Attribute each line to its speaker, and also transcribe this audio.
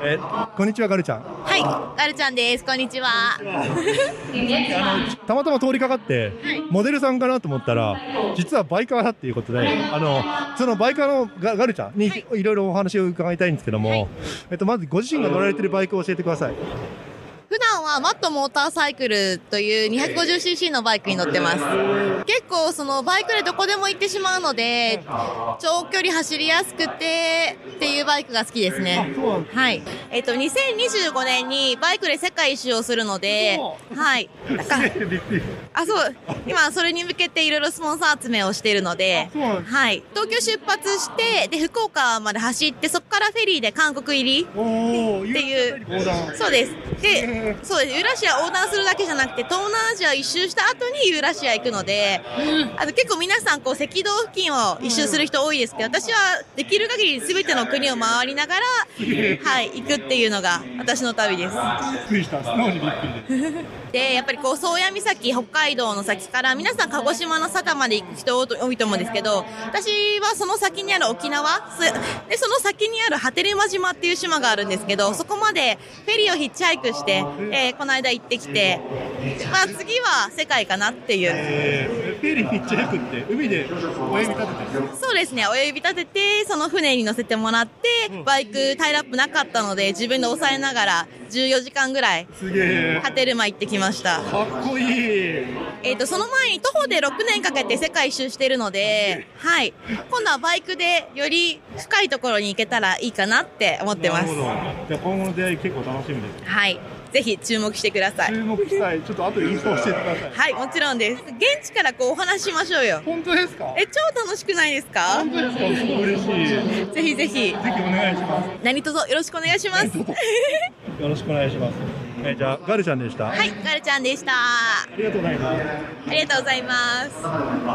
Speaker 1: えーこんにちは、ガルちゃん。
Speaker 2: はい、ガルちゃんです。こんにちは。
Speaker 1: たまたま通りかかって、モデルさんかなと思ったら、実はバイカーだっていうことで、あの、そのバイカーのガガルちゃんにいろいろお話を伺いたいんですけども、えっと、まずご自身が乗られてるバイクを教えてください。
Speaker 2: 普段はマットモーターサイクルという 250cc のバイクに乗ってます。結構そのバイクでどこでも行ってしまうので、長距離走りやすくてっていうバイクが好きですね。はい。えっと、2025年にバイクで世界一周をするので、はい。だからあ、そう。今、それに向けていろいろスポンサー集めをしているので、はい。東京出発して、で、福岡まで走って、そこからフェリーで韓国入り
Speaker 1: お
Speaker 2: っていう、そうです。で、そうです。ユーラシア横断するだけじゃなくて、東南アジア一周した後にユーラシア行くので、あの結構皆さん、こう、赤道付近を一周する人多いですけど、私はできる限り全ての国を回りながら、はい、行くっていうのが私の旅です。で、やっぱりこう、宗谷岬、北海道の先から、皆さん鹿児島の佐多まで行く人多いと思うんですけど、私はその先にある沖縄、す で、その先にある波照間島っていう島があるんですけど、そこまでフェリーをヒッチハイクして、えーこの間行ってきて、まあ次は世界かなっていう。
Speaker 1: えー、フェリーに行っちゃなくって、海で親指立ててる。
Speaker 2: そうですね、親指立てて、その船に乗せてもらって、バイクタイラップなかったので、自分で抑えながら、14時間ぐらい、
Speaker 1: すげえ。
Speaker 2: 波照間行ってきました。
Speaker 1: かっこいい。
Speaker 2: えっ、と、その前に徒歩で6年かけて世界一周してるので、はい。今度はバイクでより深いところに行けたらいいかなって思ってます。
Speaker 1: じゃあ今後の出会い結構楽しみです。
Speaker 2: はい。ぜひ注目してください。
Speaker 1: 注目したい。ちょっと後でインスタ教えてください。
Speaker 2: はい、もちろんです。現地からこうお話ししましょうよ。
Speaker 1: 本当ですか
Speaker 2: え、超楽しくないですか
Speaker 1: 本当ですか嬉しい。ぜ
Speaker 2: ぜひぜひ、
Speaker 1: ひお願いします。
Speaker 2: 何卒よろしくお願いします。
Speaker 1: よろしくお願いします。えじゃあガルちゃんでした。
Speaker 2: はい、ガルちゃんでした。あ
Speaker 1: ありがとうございます。
Speaker 2: りがとうございます。